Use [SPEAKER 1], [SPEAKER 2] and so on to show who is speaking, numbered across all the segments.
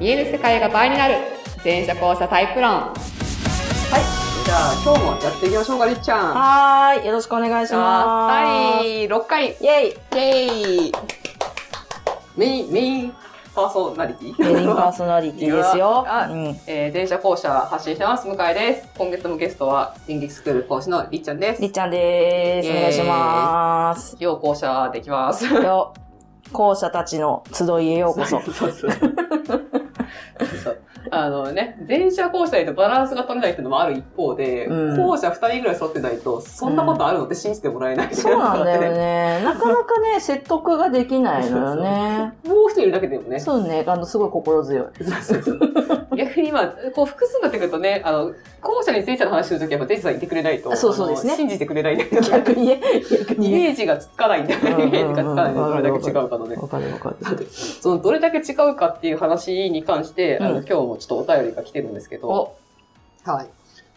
[SPEAKER 1] 見える世界が倍になる全車交差タイプ論
[SPEAKER 2] はい。じゃあ、今日もやっていきましょうか、りっちゃん。
[SPEAKER 3] はーい。よろしくお願いします。
[SPEAKER 1] はい6回
[SPEAKER 3] イェイ
[SPEAKER 1] イエーイ
[SPEAKER 2] メイン、メインパーソナリティ
[SPEAKER 3] メインパーソナリ ティです よ。
[SPEAKER 2] あ
[SPEAKER 3] うん。
[SPEAKER 2] えー、電車校舎発信してます、向井です。今月のゲストは、演劇スクール講師のりっちゃんで
[SPEAKER 3] りっ
[SPEAKER 2] す。
[SPEAKER 3] ちゃんでーす。
[SPEAKER 2] イェー
[SPEAKER 3] お
[SPEAKER 2] イ
[SPEAKER 3] 願いします。
[SPEAKER 2] よう校舎できます。
[SPEAKER 3] よ、校舎たちの集いへようこそ。
[SPEAKER 2] そうそうそうあのね、前者後者でバランスが取れないっていうのもある一方で、
[SPEAKER 3] うん
[SPEAKER 2] 後者二人ぐらい揃ってないと、そんなことあるのって信じてもらえない、
[SPEAKER 3] そうなんだよ。ね。 なかなかね、説得ができないのよね。
[SPEAKER 2] もう一人いるだけでもね。
[SPEAKER 3] そうね。あの、すごい心強い。
[SPEAKER 2] そうそうそう逆に今、こう複数になってくるとね、あの、後者に前者の話するときはやっぱ前者さんいてくれないと、
[SPEAKER 3] そうそうですね
[SPEAKER 2] あの信じてくれないんだけ
[SPEAKER 3] 逆にね、逆
[SPEAKER 2] イ
[SPEAKER 3] にね。
[SPEAKER 2] メージがつかないんだよね。イメージがつか ないんだよ。どれだけ違うかのね。
[SPEAKER 3] わかるわかる。
[SPEAKER 2] そのどれだけ違うかっていう話に関して、あの
[SPEAKER 3] うん
[SPEAKER 2] 今日もちょっとお便りが来てるんですけど、
[SPEAKER 3] お、
[SPEAKER 2] はい。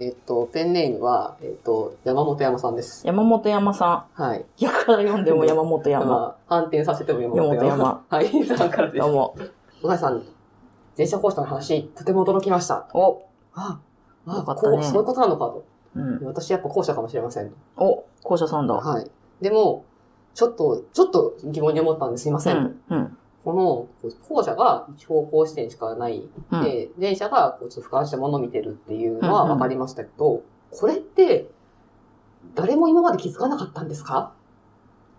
[SPEAKER 2] えっと、ペンネームは、えっと、山本山さんです。
[SPEAKER 3] 山本山さ
[SPEAKER 2] はい。
[SPEAKER 3] ん。やから読んでも山本山。
[SPEAKER 2] まあ、反転させても山本山。
[SPEAKER 3] 山本
[SPEAKER 2] はい、さんからです
[SPEAKER 3] どう。も。
[SPEAKER 2] 向井さん、前者講師の話、とても驚きました。
[SPEAKER 3] お、
[SPEAKER 2] あ、
[SPEAKER 3] よ
[SPEAKER 2] あ、
[SPEAKER 3] かった
[SPEAKER 2] こ
[SPEAKER 3] ね
[SPEAKER 2] う、そういうことなのかと。
[SPEAKER 3] うん。
[SPEAKER 2] 私やっぱ後者かもしれません。
[SPEAKER 3] お、校舎さんだ。
[SPEAKER 2] はい。でも、ちょっと、ちょっと疑問に思ったんですいません。
[SPEAKER 3] うん。うん。
[SPEAKER 2] この、後者が標高視点しかない
[SPEAKER 3] うん
[SPEAKER 2] で、前者がこうちょっと俯瞰したものを見てるっていうのは
[SPEAKER 3] うんうん
[SPEAKER 2] 分かりましたけど、これって、誰も今まで気づかなかったんですか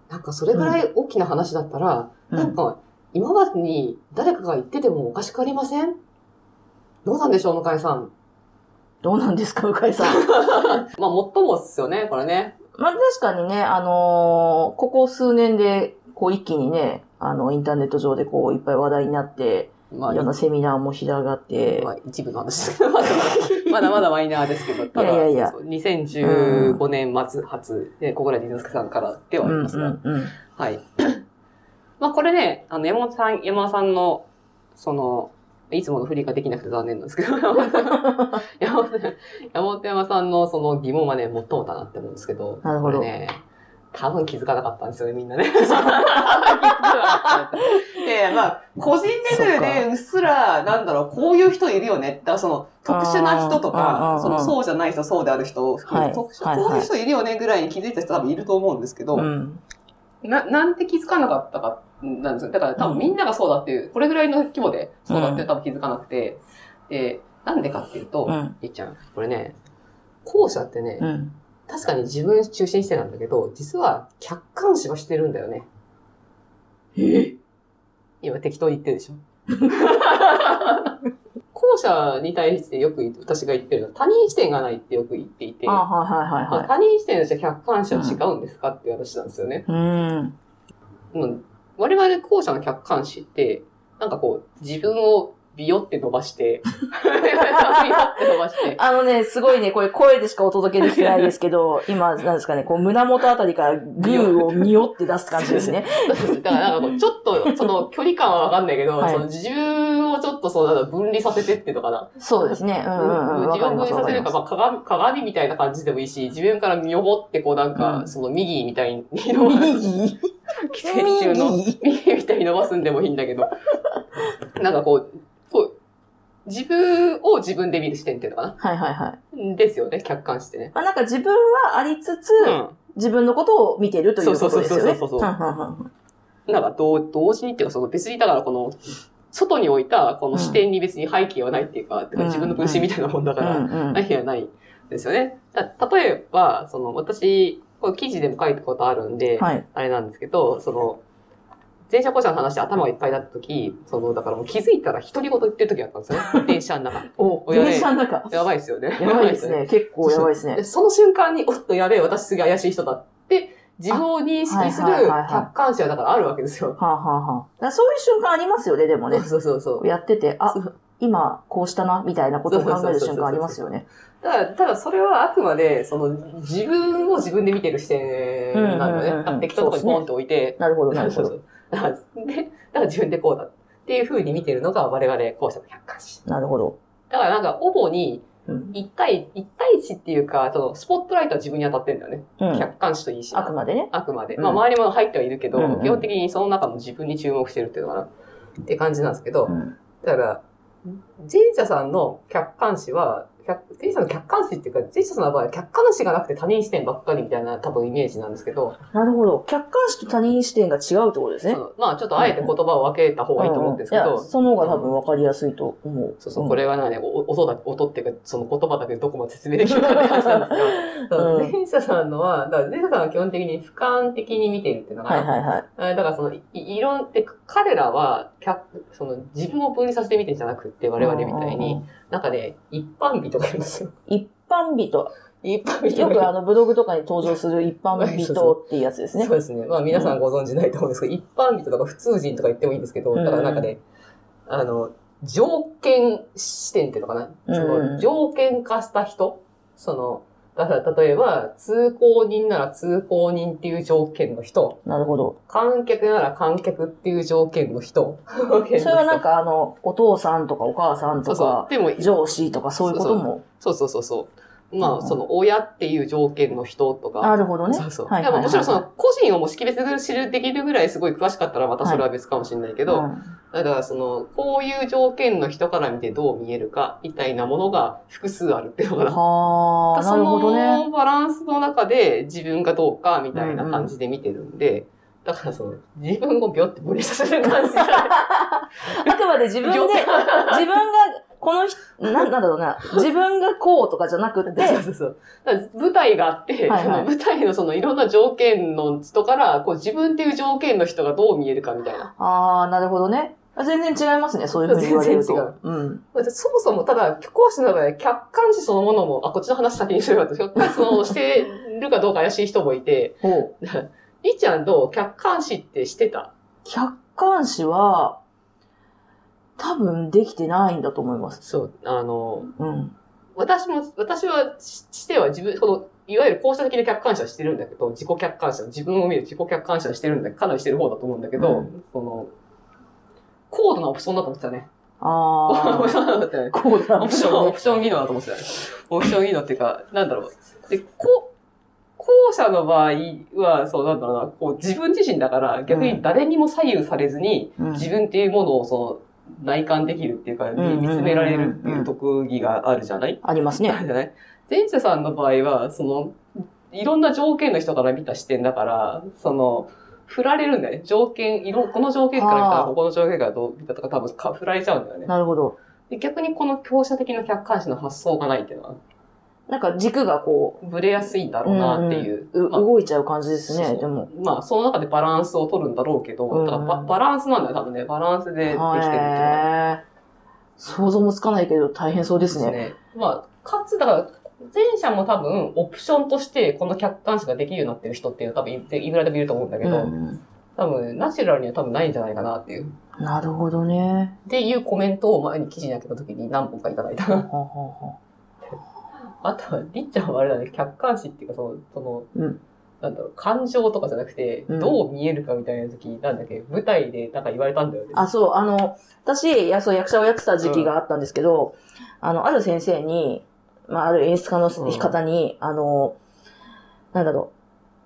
[SPEAKER 2] なんかそれぐらい大きな話だったら、
[SPEAKER 3] うん
[SPEAKER 2] なんか今までに誰かが言っててもおかしくありませんどうなんでしょう、向井さん。
[SPEAKER 3] どうなんですか、向井さん。
[SPEAKER 2] まあ、もっともっすよね、これね。
[SPEAKER 3] まあ確かにね、あのーここ数年で、こう一気にね、あの、インターネット上でこういっぱい話題になって、
[SPEAKER 2] まあ、
[SPEAKER 3] いろんなセミナーも開がって、
[SPEAKER 2] まあ、一部の話ですけど、 まだまだまだまだマイナーですけど、ただ、
[SPEAKER 3] いやいやいや
[SPEAKER 2] そう2015年末発、で小倉仁之助さんからでは
[SPEAKER 3] う
[SPEAKER 2] あり
[SPEAKER 3] ん
[SPEAKER 2] ますが、
[SPEAKER 3] うんうん。
[SPEAKER 2] はい。 まあ、これね、あの、山本さん、山田さんの、その、いつもの振りができなくて残念なんですけ ど、 山本山本山本山さんのその疑問はね、もっともだなって思うんですけど、
[SPEAKER 3] なるほど
[SPEAKER 2] これね、多分気づかなかったんですよね、みん なね。 気づかなかったんですよで、まあ、個人レベルでうっすら、なんだろう、こういう人いるよね。だからその、特殊な人と
[SPEAKER 3] あーあ
[SPEAKER 2] か、
[SPEAKER 3] ーあー
[SPEAKER 2] その、そうじゃない人、そうである人を含め、
[SPEAKER 3] はい
[SPEAKER 2] 特殊
[SPEAKER 3] はいはい
[SPEAKER 2] こういう人いるよねぐらいに気づいた人多分いると思うんですけど、
[SPEAKER 3] うん。
[SPEAKER 2] な、なんて気づかなかったか、なんですよ。だから多分みんながそうだっていう、これぐらいの規模でそうだって多分気づかなくて、で、なんでかっていうと、
[SPEAKER 3] うん。
[SPEAKER 2] りっちゃん、これね、後者ってね、
[SPEAKER 3] うん。
[SPEAKER 2] 確かに自分中心視点なんだけど、実は客観視はしてるんだよね。
[SPEAKER 3] え
[SPEAKER 2] 今適当に言ってるでしょ。 後者に対してよく私が言ってるのは、他人視点がないってよく言っていて、
[SPEAKER 3] あ、はいはいはいはい。
[SPEAKER 2] 他人視点と客観視は違うんですかっていう話なんですよね。
[SPEAKER 3] うん。
[SPEAKER 2] うん、我々後者の客観視って、なんかこう、自分をビヨって伸ばして、ビヨって伸ばして、
[SPEAKER 3] あのね、すごいね、これ声でしかお届けできてないですけ ど、今、なんですかね、こう胸元あたりからグーをにおって出す感じですね。
[SPEAKER 2] だからなんかこう、ちょっとその距離感はわかんないけど、
[SPEAKER 3] はい
[SPEAKER 2] その自分をちょっとそう、なんか分離させてっていうのかな。
[SPEAKER 3] そうですね。うんうんうん。わ
[SPEAKER 2] 自
[SPEAKER 3] か
[SPEAKER 2] 分を分
[SPEAKER 3] り
[SPEAKER 2] 離
[SPEAKER 3] ます
[SPEAKER 2] さ
[SPEAKER 3] わか
[SPEAKER 2] せ
[SPEAKER 3] り
[SPEAKER 2] るか、
[SPEAKER 3] ます。
[SPEAKER 2] まあ、鏡、鏡みたいな感じでもいいし、自分から身をもってこうなんか、
[SPEAKER 3] うん
[SPEAKER 2] その右みたいに、寄
[SPEAKER 3] 右
[SPEAKER 2] 生中の
[SPEAKER 3] 右
[SPEAKER 2] 右みたいに伸ばすんでもいいんだけど、なんかこう、こう、自分を自分で見る視点っていうのかな。
[SPEAKER 3] はいはいはい。
[SPEAKER 2] ですよね、客観視ってね。
[SPEAKER 3] まあなんか自分はありつつ、
[SPEAKER 2] うん
[SPEAKER 3] 自分のことを見てるということです
[SPEAKER 2] そ
[SPEAKER 3] よね。
[SPEAKER 2] うそうそうそうそう
[SPEAKER 3] はんはんはん
[SPEAKER 2] なんか同同時にっていうか、その別にだからこの、外に置いたこの視点に別に背景はないっていうか、てか自分の分身みたいなもんだから、
[SPEAKER 3] うんうん
[SPEAKER 2] 背景はないですよね。だ例えば、その私、この記事でも書いたことあるんで、
[SPEAKER 3] はい。
[SPEAKER 2] あれなんですけど、その、電車故障の話で頭がいっぱいだった時、その、だからもう気づいたら独り言言ってる時あったんですよ ね。電車の中。
[SPEAKER 3] お、
[SPEAKER 2] やべえ
[SPEAKER 3] 電車の中。
[SPEAKER 2] やばいですよね。
[SPEAKER 3] やばいですね。結構やばいです
[SPEAKER 2] で
[SPEAKER 3] ね。
[SPEAKER 2] その瞬間に、おっとやべえ、私次怪しい人だって、自分を認識する
[SPEAKER 3] あはいはいはいはい
[SPEAKER 2] 客観視はだからあるわけですよ。
[SPEAKER 3] はあ、はあはあ、だからそういう瞬間ありますよね、でもね。
[SPEAKER 2] そうそうそう。
[SPEAKER 3] やってて、あ
[SPEAKER 2] そ、
[SPEAKER 3] 今こうしたな、みたいなことを考える瞬間ありますよね。
[SPEAKER 2] ただ、ただそれはあくまで、その、自分を自分で見てる視点なんだ
[SPEAKER 3] うんうんうんう
[SPEAKER 2] よ
[SPEAKER 3] ん
[SPEAKER 2] ね。適当なとこにポンと置いて、
[SPEAKER 3] なるほど、なる
[SPEAKER 2] そ
[SPEAKER 3] ほ
[SPEAKER 2] う
[SPEAKER 3] ど
[SPEAKER 2] そ。う。だから、でだから自分でこうだっていう風に見てるのが我々後者の客観視。
[SPEAKER 3] なるほど。
[SPEAKER 2] だからなんか、主に、
[SPEAKER 3] うん。
[SPEAKER 2] 一対、一対一っていうか、その、スポットライトは自分に当たってるんだよね。
[SPEAKER 3] うん、
[SPEAKER 2] 客観視といいし。
[SPEAKER 3] あくまでね。
[SPEAKER 2] あくまで。
[SPEAKER 3] うん
[SPEAKER 2] まあ、周りも入ってはいるけど、
[SPEAKER 3] うんうん
[SPEAKER 2] 基本的にその中の自分に注目してるっていうのかな。って感じなんですけど、
[SPEAKER 3] うん。
[SPEAKER 2] だから、前者さんの客観視は、客前者の客観視っていうか、前者さんの場合は客観視がなくて他人視点ばっかりみたいな多分イメージなんですけど、
[SPEAKER 3] なるほど。客観視と他人視点が違うってことですね
[SPEAKER 2] そ。のまあちょっとあえて言葉を分けた方がいいと思うんですけ
[SPEAKER 3] う
[SPEAKER 2] ど、
[SPEAKER 3] んいやその方が多分分かりやすいと思う。
[SPEAKER 2] そうそう、これはね、お音だ、音っていうか、その言葉だけでどこまで説明できるかって話なんですが、そう
[SPEAKER 3] うん
[SPEAKER 2] 前者さんのは、だから前者さんは基本的に俯瞰的に見ているっていうの
[SPEAKER 3] うん
[SPEAKER 2] が、
[SPEAKER 3] はいはいはい。
[SPEAKER 2] あだからその、いいろんって、彼らは、客その自分を分離させてみてんじゃなくって、我々みたい
[SPEAKER 3] うんう
[SPEAKER 2] に
[SPEAKER 3] ん、
[SPEAKER 2] なんかね、一般美とか言うんですよ。
[SPEAKER 3] うん。一般人。
[SPEAKER 2] 一般美と
[SPEAKER 3] よ
[SPEAKER 2] か
[SPEAKER 3] くあのブログとかに登場する一般人っていうやつですね
[SPEAKER 2] そう。ですね。まあ皆さんご存知ないと思うんですけど、一般人とか普通人とか言ってもいいんですけど、
[SPEAKER 3] うん
[SPEAKER 2] だからなんかね、あの、条件視点っていうのかな。
[SPEAKER 3] うん
[SPEAKER 2] その条件化した人その、だから例えば、通行人なら通行人っていう条件の人、
[SPEAKER 3] なるほど。
[SPEAKER 2] 観客なら観客っていう条件の人。そ
[SPEAKER 3] それはなんかあの、お父さんとかお母さ ん
[SPEAKER 2] そ
[SPEAKER 3] と
[SPEAKER 2] うそ
[SPEAKER 3] か
[SPEAKER 2] う。、でも、
[SPEAKER 3] 上司とかそういうことも。
[SPEAKER 2] そうそうそうそう。
[SPEAKER 3] う
[SPEAKER 2] ま
[SPEAKER 3] んう
[SPEAKER 2] あ、
[SPEAKER 3] ん
[SPEAKER 2] その、親っていう条件の人とか。
[SPEAKER 3] なるほどね。
[SPEAKER 2] そうそう。
[SPEAKER 3] はい
[SPEAKER 2] で
[SPEAKER 3] はいは
[SPEAKER 2] も
[SPEAKER 3] い
[SPEAKER 2] もちろんその、個人をもう識別する、できるぐらいすごい詳しかったらまたそれは別かもしれないけど、
[SPEAKER 3] うん
[SPEAKER 2] だからその、こういう条件の人から見てどう見えるか、みたいなものが複数あるっていうのかな。
[SPEAKER 3] はあ、な
[SPEAKER 2] そ
[SPEAKER 3] るほどね。
[SPEAKER 2] のバランスの中で自分がどうか、みたいな感じで見てるんで、だからその、自分をビョって無理させる感じじゃない。
[SPEAKER 3] あくまで自分で、 自分が、この人、なんなんだろうな、自分がこうとかじゃなく て、
[SPEAKER 2] そうそうそう。だから舞台があって、
[SPEAKER 3] はいは
[SPEAKER 2] その
[SPEAKER 3] い
[SPEAKER 2] 舞台のそのいろんな条件の人から、こう自分っていう条件の人がどう見えるかみたいな。
[SPEAKER 3] ああ、なるほどね。あ全然違いますね、そういうふうに言われると。
[SPEAKER 2] 全然違う
[SPEAKER 3] うん。
[SPEAKER 2] そもそもただ、講師の場合、客観視そのものも、あ、こっちの話先にすればよかった客観視そのものをしてるかどうか怪しい人もい て、
[SPEAKER 3] ほう。
[SPEAKER 2] りっちゃんどう客観視ってしてた
[SPEAKER 3] 客観視は、多分できてないんだと思います。
[SPEAKER 2] そう、あの、
[SPEAKER 3] うん。
[SPEAKER 2] 私も、私はししては自分、この、いわゆる校舎的な客観視はしてるんだけど、自己客観視は、自分を見る自己客観視はしてるんだ、かなりしてる方だと思うんだけど、
[SPEAKER 3] う
[SPEAKER 2] その、高度なオプションだと思ってたね。オ
[SPEAKER 3] あ
[SPEAKER 2] プシ
[SPEAKER 3] あ、
[SPEAKER 2] ョンだったね。
[SPEAKER 3] こうだ
[SPEAKER 2] オプション、オ
[SPEAKER 3] ね。
[SPEAKER 2] プション技能だと思ってたね。オプション技能っていうか、なんだろう。で、こ、後者の場合は、そうなんだろうな、こう自分自身だから、逆に誰にも左右されずに、
[SPEAKER 3] うん
[SPEAKER 2] 自分っていうものをその内観できるっていうか、
[SPEAKER 3] んうんうん
[SPEAKER 2] 見つめられるっていう特技があるじゃない
[SPEAKER 3] あります
[SPEAKER 2] あ
[SPEAKER 3] ね。
[SPEAKER 2] るじゃない前者さんの場合は、その、いろんな条件の人から見た視点だから、その、振られるんだよね。条件、いろ、この条件から見たら、
[SPEAKER 3] あー
[SPEAKER 2] ここの条件からどう見たとか多分か振られちゃうんだよね。
[SPEAKER 3] なるほど。
[SPEAKER 2] で逆にこの強者的な客観視の発想がないっていうのは、
[SPEAKER 3] なんか軸がこ
[SPEAKER 2] ブレやすいんだろうなっていう。
[SPEAKER 3] う、う
[SPEAKER 2] まあ
[SPEAKER 3] 動いちゃう感じです
[SPEAKER 2] そう
[SPEAKER 3] ね、
[SPEAKER 2] そう
[SPEAKER 3] でも。
[SPEAKER 2] まあ、その中でバランスを取るんだろうけど、だから
[SPEAKER 3] う
[SPEAKER 2] バ
[SPEAKER 3] ん
[SPEAKER 2] バランスなんだよ、多分ね。バランスでできてるってことだよね
[SPEAKER 3] へー想像もつかないけど大変そうですね。
[SPEAKER 2] まあ、かつ、だから、前者も多分、オプションとして、この客観視ができるようになってる人っていうのは多分い、いくらでもいると思うんだけど、
[SPEAKER 3] うん
[SPEAKER 2] 多分、ナチュラルには多分ないんじゃないかなっていう。
[SPEAKER 3] なるほどね。
[SPEAKER 2] っていうコメントを前に記事に開けた時に何本かいただい
[SPEAKER 3] は
[SPEAKER 2] た。
[SPEAKER 3] はは
[SPEAKER 2] あとは、りっちゃんはあれだね、客観視っていうか、その、その、
[SPEAKER 3] うん
[SPEAKER 2] なんだろう、感情とかじゃなくて、
[SPEAKER 3] うん
[SPEAKER 2] どう見えるかみたいな時、なんだっけ、舞台でなんか言われたんだよね。
[SPEAKER 3] あ、そう、あの、私、いやそう役者をやってた時期があったんですけど、あの、ある先生に、まあ、ある演出家の方に、あの、なんだろ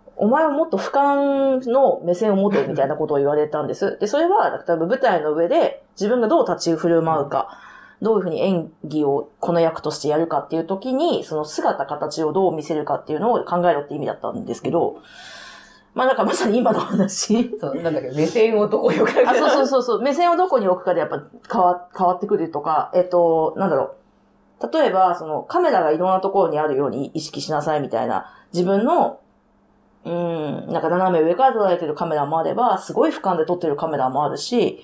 [SPEAKER 3] う、お前はもっと俯瞰の目線を持てみたいなことを言われたんです。で、それは、例えば舞台の上で自分がどう立ち振る舞うか、どういうふうに演技をこの役としてやるかっていう時に、その姿、形をどう見せるかっていうのを考えろって意味だったんですけど、まあ、なんかまさに今の話。
[SPEAKER 2] そう、なんだっけ、目線をどこに置かれ
[SPEAKER 3] あ、
[SPEAKER 2] て
[SPEAKER 3] そうそうそうそう。 目線をどこに置くかでやっぱ変わ変わってくるとか、えっと、なんだろう。例えば、そのカメラがいろんなところにあるように意識しなさいみたいな、自分の、うーん、なんか斜め上から捉えてるカメラもあれば、すごい俯瞰で撮ってるカメラもあるし、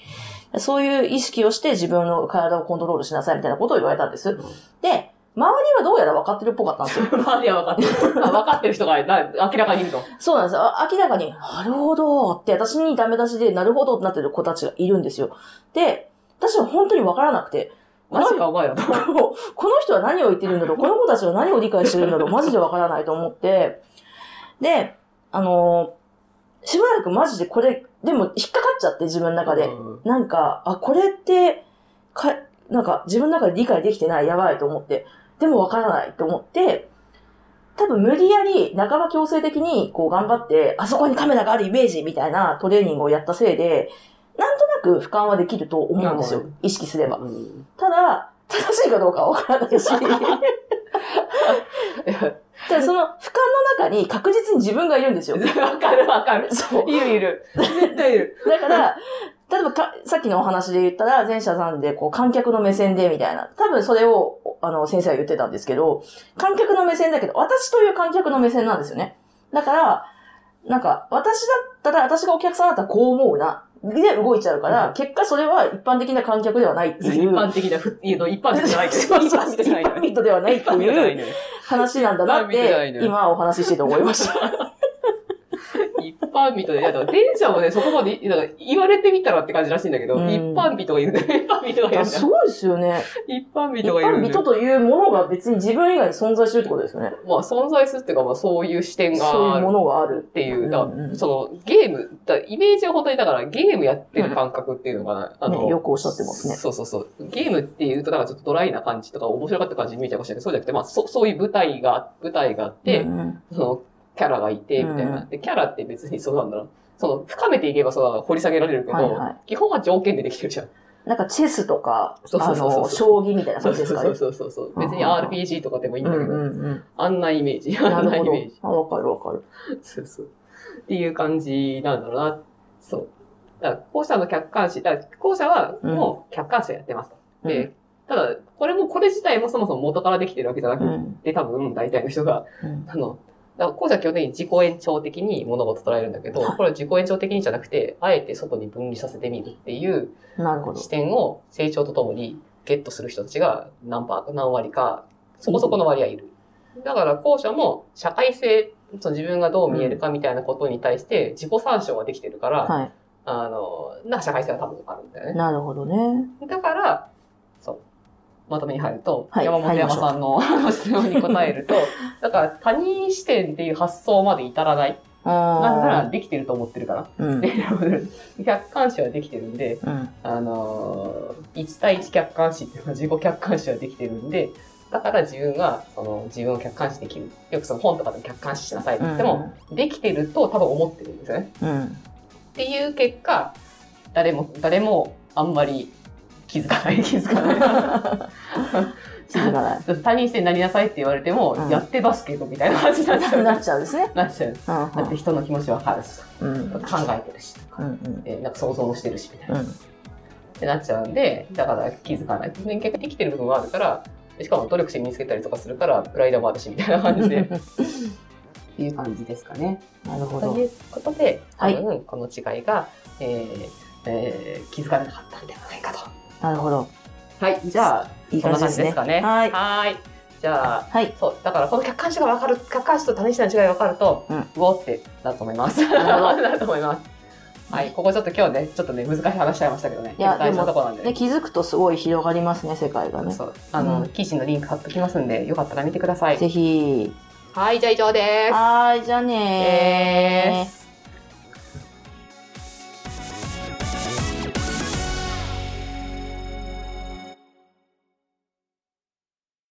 [SPEAKER 3] そういう意識をして自分の体をコントロールしなさいみたいなことを言われたんです。で、周りはどうやら分かってるっぽかったんですよ。
[SPEAKER 2] まあ、いや、分かってる。あ分かってる人がな明らかにいると。
[SPEAKER 3] そうなんですよ。あ明らかに、なるほどって、私にダメ出しで、なるほどってなってる子たちがいるんですよ。で、私は本当にわからなくて、マ
[SPEAKER 2] マ
[SPEAKER 3] ジ
[SPEAKER 2] ジかお前らと。
[SPEAKER 3] このこの人は何を言ってるんだろうこの子たちは何を理解してるんだろうマジでわからないと思って。で、あのーしばらくマジでこれ、でも引っかかっちゃって自分の中で。
[SPEAKER 2] うん
[SPEAKER 3] なんか、あ、これって、か、なんか自分の中で理解できてない、やばいと思って、でもわからないと思って、多分無理やり、半ば強制的にこう頑張って、あそこにカメラがあるイメージみたいなトレーニングをやったせいで、なんとなく俯瞰はできると思うんですよ
[SPEAKER 2] うん。
[SPEAKER 3] 意識すれば。
[SPEAKER 2] うん
[SPEAKER 3] ただ、正しいかどうかはわからな いし。ただその俯瞰の中に確実に自分がいるんですよ。
[SPEAKER 2] わかるわかる。
[SPEAKER 3] そう。
[SPEAKER 2] いるいる。絶対いる。
[SPEAKER 3] だから、例えばか、さっきのお話で言ったら、前者さんで、こう、観客の目線で、みたいな。多分それを、おあの、先生は言ってたんですけど、観客の目線だけど、私という観客の目線なんですよね。だから、なんか、私だったら、私がお客さんだったらこう思うな。で、動いちゃうか
[SPEAKER 2] う
[SPEAKER 3] ら、
[SPEAKER 2] ん
[SPEAKER 3] 結果それは一般的な観客ではないって
[SPEAKER 2] 一
[SPEAKER 3] いう。
[SPEAKER 2] 般的な、ふいや一般的じゃないけ
[SPEAKER 3] そ
[SPEAKER 2] ど。
[SPEAKER 3] う
[SPEAKER 2] 一
[SPEAKER 3] そう
[SPEAKER 2] 般
[SPEAKER 3] 一
[SPEAKER 2] 的じゃない
[SPEAKER 3] 般人ではないっていう
[SPEAKER 2] のよ。
[SPEAKER 3] 話なんだなっ
[SPEAKER 2] 一般人じゃない
[SPEAKER 3] て
[SPEAKER 2] の、よ
[SPEAKER 3] 今お話ししてて思いま した。
[SPEAKER 2] 一般人で、いやだから前者もね、そこまで、だから言われてみたらって感じらしいんだけど、
[SPEAKER 3] うん
[SPEAKER 2] 一般人がいるんだよ。一般人がいるんだ
[SPEAKER 3] す
[SPEAKER 2] よ。
[SPEAKER 3] ごいですよね。
[SPEAKER 2] 一般
[SPEAKER 3] 一
[SPEAKER 2] 人がいる
[SPEAKER 3] 般
[SPEAKER 2] んだ
[SPEAKER 3] 人
[SPEAKER 2] よ。
[SPEAKER 3] というものが別に自分以外に存在してるってことですよね。
[SPEAKER 2] まあ存在するっていうか、まあそういう視点
[SPEAKER 3] そう
[SPEAKER 2] が
[SPEAKER 3] い
[SPEAKER 2] あ
[SPEAKER 3] う
[SPEAKER 2] る
[SPEAKER 3] ものがあ
[SPEAKER 2] っ
[SPEAKER 3] る。
[SPEAKER 2] ていう、だから
[SPEAKER 3] うんうん
[SPEAKER 2] そのゲーム、だからイメージは本当にだからゲームやってる感覚っていうのかな。あの
[SPEAKER 3] ね、よくおっしゃってますね。
[SPEAKER 2] そうそうそう。ゲームっていうと、なんかちょっとドライな感じとか、面白かった感じに見えちゃうかもしれないけどそうじゃなくて、まあ、そそういう舞台が、舞台があって、
[SPEAKER 3] うんうん
[SPEAKER 2] その、キャラがいて、みたいな。
[SPEAKER 3] う
[SPEAKER 2] で、キャラって別にそうなんだろう。その、深めていけばそう、掘り下げられるけど、
[SPEAKER 3] はいは
[SPEAKER 2] 基本は条件でできてるじゃん。
[SPEAKER 3] なんかチェスとか、
[SPEAKER 2] そうそうそうそう
[SPEAKER 3] あの、将棋みたいな
[SPEAKER 2] そ
[SPEAKER 3] 感
[SPEAKER 2] う
[SPEAKER 3] じ
[SPEAKER 2] そう
[SPEAKER 3] ですか
[SPEAKER 2] そ
[SPEAKER 3] ね
[SPEAKER 2] う。そうそうそう。別に
[SPEAKER 3] うんうんうん
[SPEAKER 2] RPG とかでもいいん
[SPEAKER 3] う
[SPEAKER 2] だ
[SPEAKER 3] ん
[SPEAKER 2] けど、
[SPEAKER 3] うんうん。
[SPEAKER 2] あんなイメージ、
[SPEAKER 3] な
[SPEAKER 2] あんな
[SPEAKER 3] る
[SPEAKER 2] イ
[SPEAKER 3] ほど
[SPEAKER 2] メージ。。
[SPEAKER 3] あ、わかるわかる。
[SPEAKER 2] そうそう。っていう感じなんだろうな。そう。だから、後者の客観視、だから、後者はもう客観視をやってますと。
[SPEAKER 3] う
[SPEAKER 2] で、ただ、これも、これ自体もそもそも元からできてるわけじゃなく
[SPEAKER 3] う
[SPEAKER 2] て、
[SPEAKER 3] ん。
[SPEAKER 2] 多分、大体の人が、
[SPEAKER 3] うん
[SPEAKER 2] あの、だから後者は基本的に自己延長的に物事を捉えるんだけど、
[SPEAKER 3] はい
[SPEAKER 2] これは自己延長的にじゃなくて、あえて外に分離させてみるっていう
[SPEAKER 3] なるほど
[SPEAKER 2] 視。点を成長とともにゲットする人たちが何パー、何割か、そこそこの割合いる。だから後者も社会性、その自分がどう見えるかみたいなことに対して自己参照はできてるから、
[SPEAKER 3] は
[SPEAKER 2] あの、な社会性は多分あるんだよね
[SPEAKER 3] い。。なるほどね。
[SPEAKER 2] だから、そう。まとめに入ると、
[SPEAKER 3] はい
[SPEAKER 2] 山本山さんの質問に答える と、だから他人視点っていう発想まで至らない。なぜなら
[SPEAKER 3] あ
[SPEAKER 2] できてると思ってるから。
[SPEAKER 3] ー。うん。
[SPEAKER 2] で客観視はできてるんで、
[SPEAKER 3] うん。
[SPEAKER 2] あのー、1対1客観視っていうのは自己客観視はできてるんで、だから自分が、その、自分を客観視できる。よくその本とかでも客観視しなさいって言っても、できてると多分思ってるんですよね。
[SPEAKER 3] うん。
[SPEAKER 2] っていう結果誰も誰もあんまり気づかない気づかない
[SPEAKER 3] 気づかない。
[SPEAKER 2] 他人してなりなさいって言われても、
[SPEAKER 3] うん
[SPEAKER 2] やってますけどみたいな感じになっちゃう
[SPEAKER 3] なっちゃうんですね。
[SPEAKER 2] なっちゃう
[SPEAKER 3] うん
[SPEAKER 2] だって人の気持ちわかるし
[SPEAKER 3] うん。うん。
[SPEAKER 2] 考えてるし
[SPEAKER 3] うん。
[SPEAKER 2] でなんか想像もしてるしみたいな
[SPEAKER 3] う
[SPEAKER 2] っ
[SPEAKER 3] ん。
[SPEAKER 2] てなっちゃうんでだから気づかない結局生きてる部分があるからしかも努力して身につけたりとかするからプライドもあるしみたいな感じ でっていう感じですかね。
[SPEAKER 3] なるほ
[SPEAKER 2] と
[SPEAKER 3] ど。
[SPEAKER 2] いうことで、多
[SPEAKER 3] はい
[SPEAKER 2] 分この違いが、えーえー気づかなかったんではないかと。
[SPEAKER 3] なるほど。
[SPEAKER 2] はい、じゃあ、
[SPEAKER 3] いい
[SPEAKER 2] こん
[SPEAKER 3] 感
[SPEAKER 2] な感じ
[SPEAKER 3] じです
[SPEAKER 2] で
[SPEAKER 3] ね。
[SPEAKER 2] すかね。
[SPEAKER 3] はい。
[SPEAKER 2] ーいじゃあ、
[SPEAKER 3] はい。
[SPEAKER 2] そう、だからこの客観視が分かる、客観視と他人視の違いが分かると、
[SPEAKER 3] う
[SPEAKER 2] うんおーってなると思います。
[SPEAKER 3] なるほ
[SPEAKER 2] なると思います。はい、ここちょっと今日ね、ちょっとね、難しい話しちゃいましたけどね。
[SPEAKER 3] いや
[SPEAKER 2] 大事なところなんでね
[SPEAKER 3] ね、。気づくとすごい広がりますね、世界がね。
[SPEAKER 2] そう、あの、
[SPEAKER 3] うん
[SPEAKER 2] 記事のリンク貼っときますんで、よかったら見てください。
[SPEAKER 3] ぜひ。
[SPEAKER 2] はい、じゃあ以上です。
[SPEAKER 3] はーい、じゃあねー。
[SPEAKER 2] えー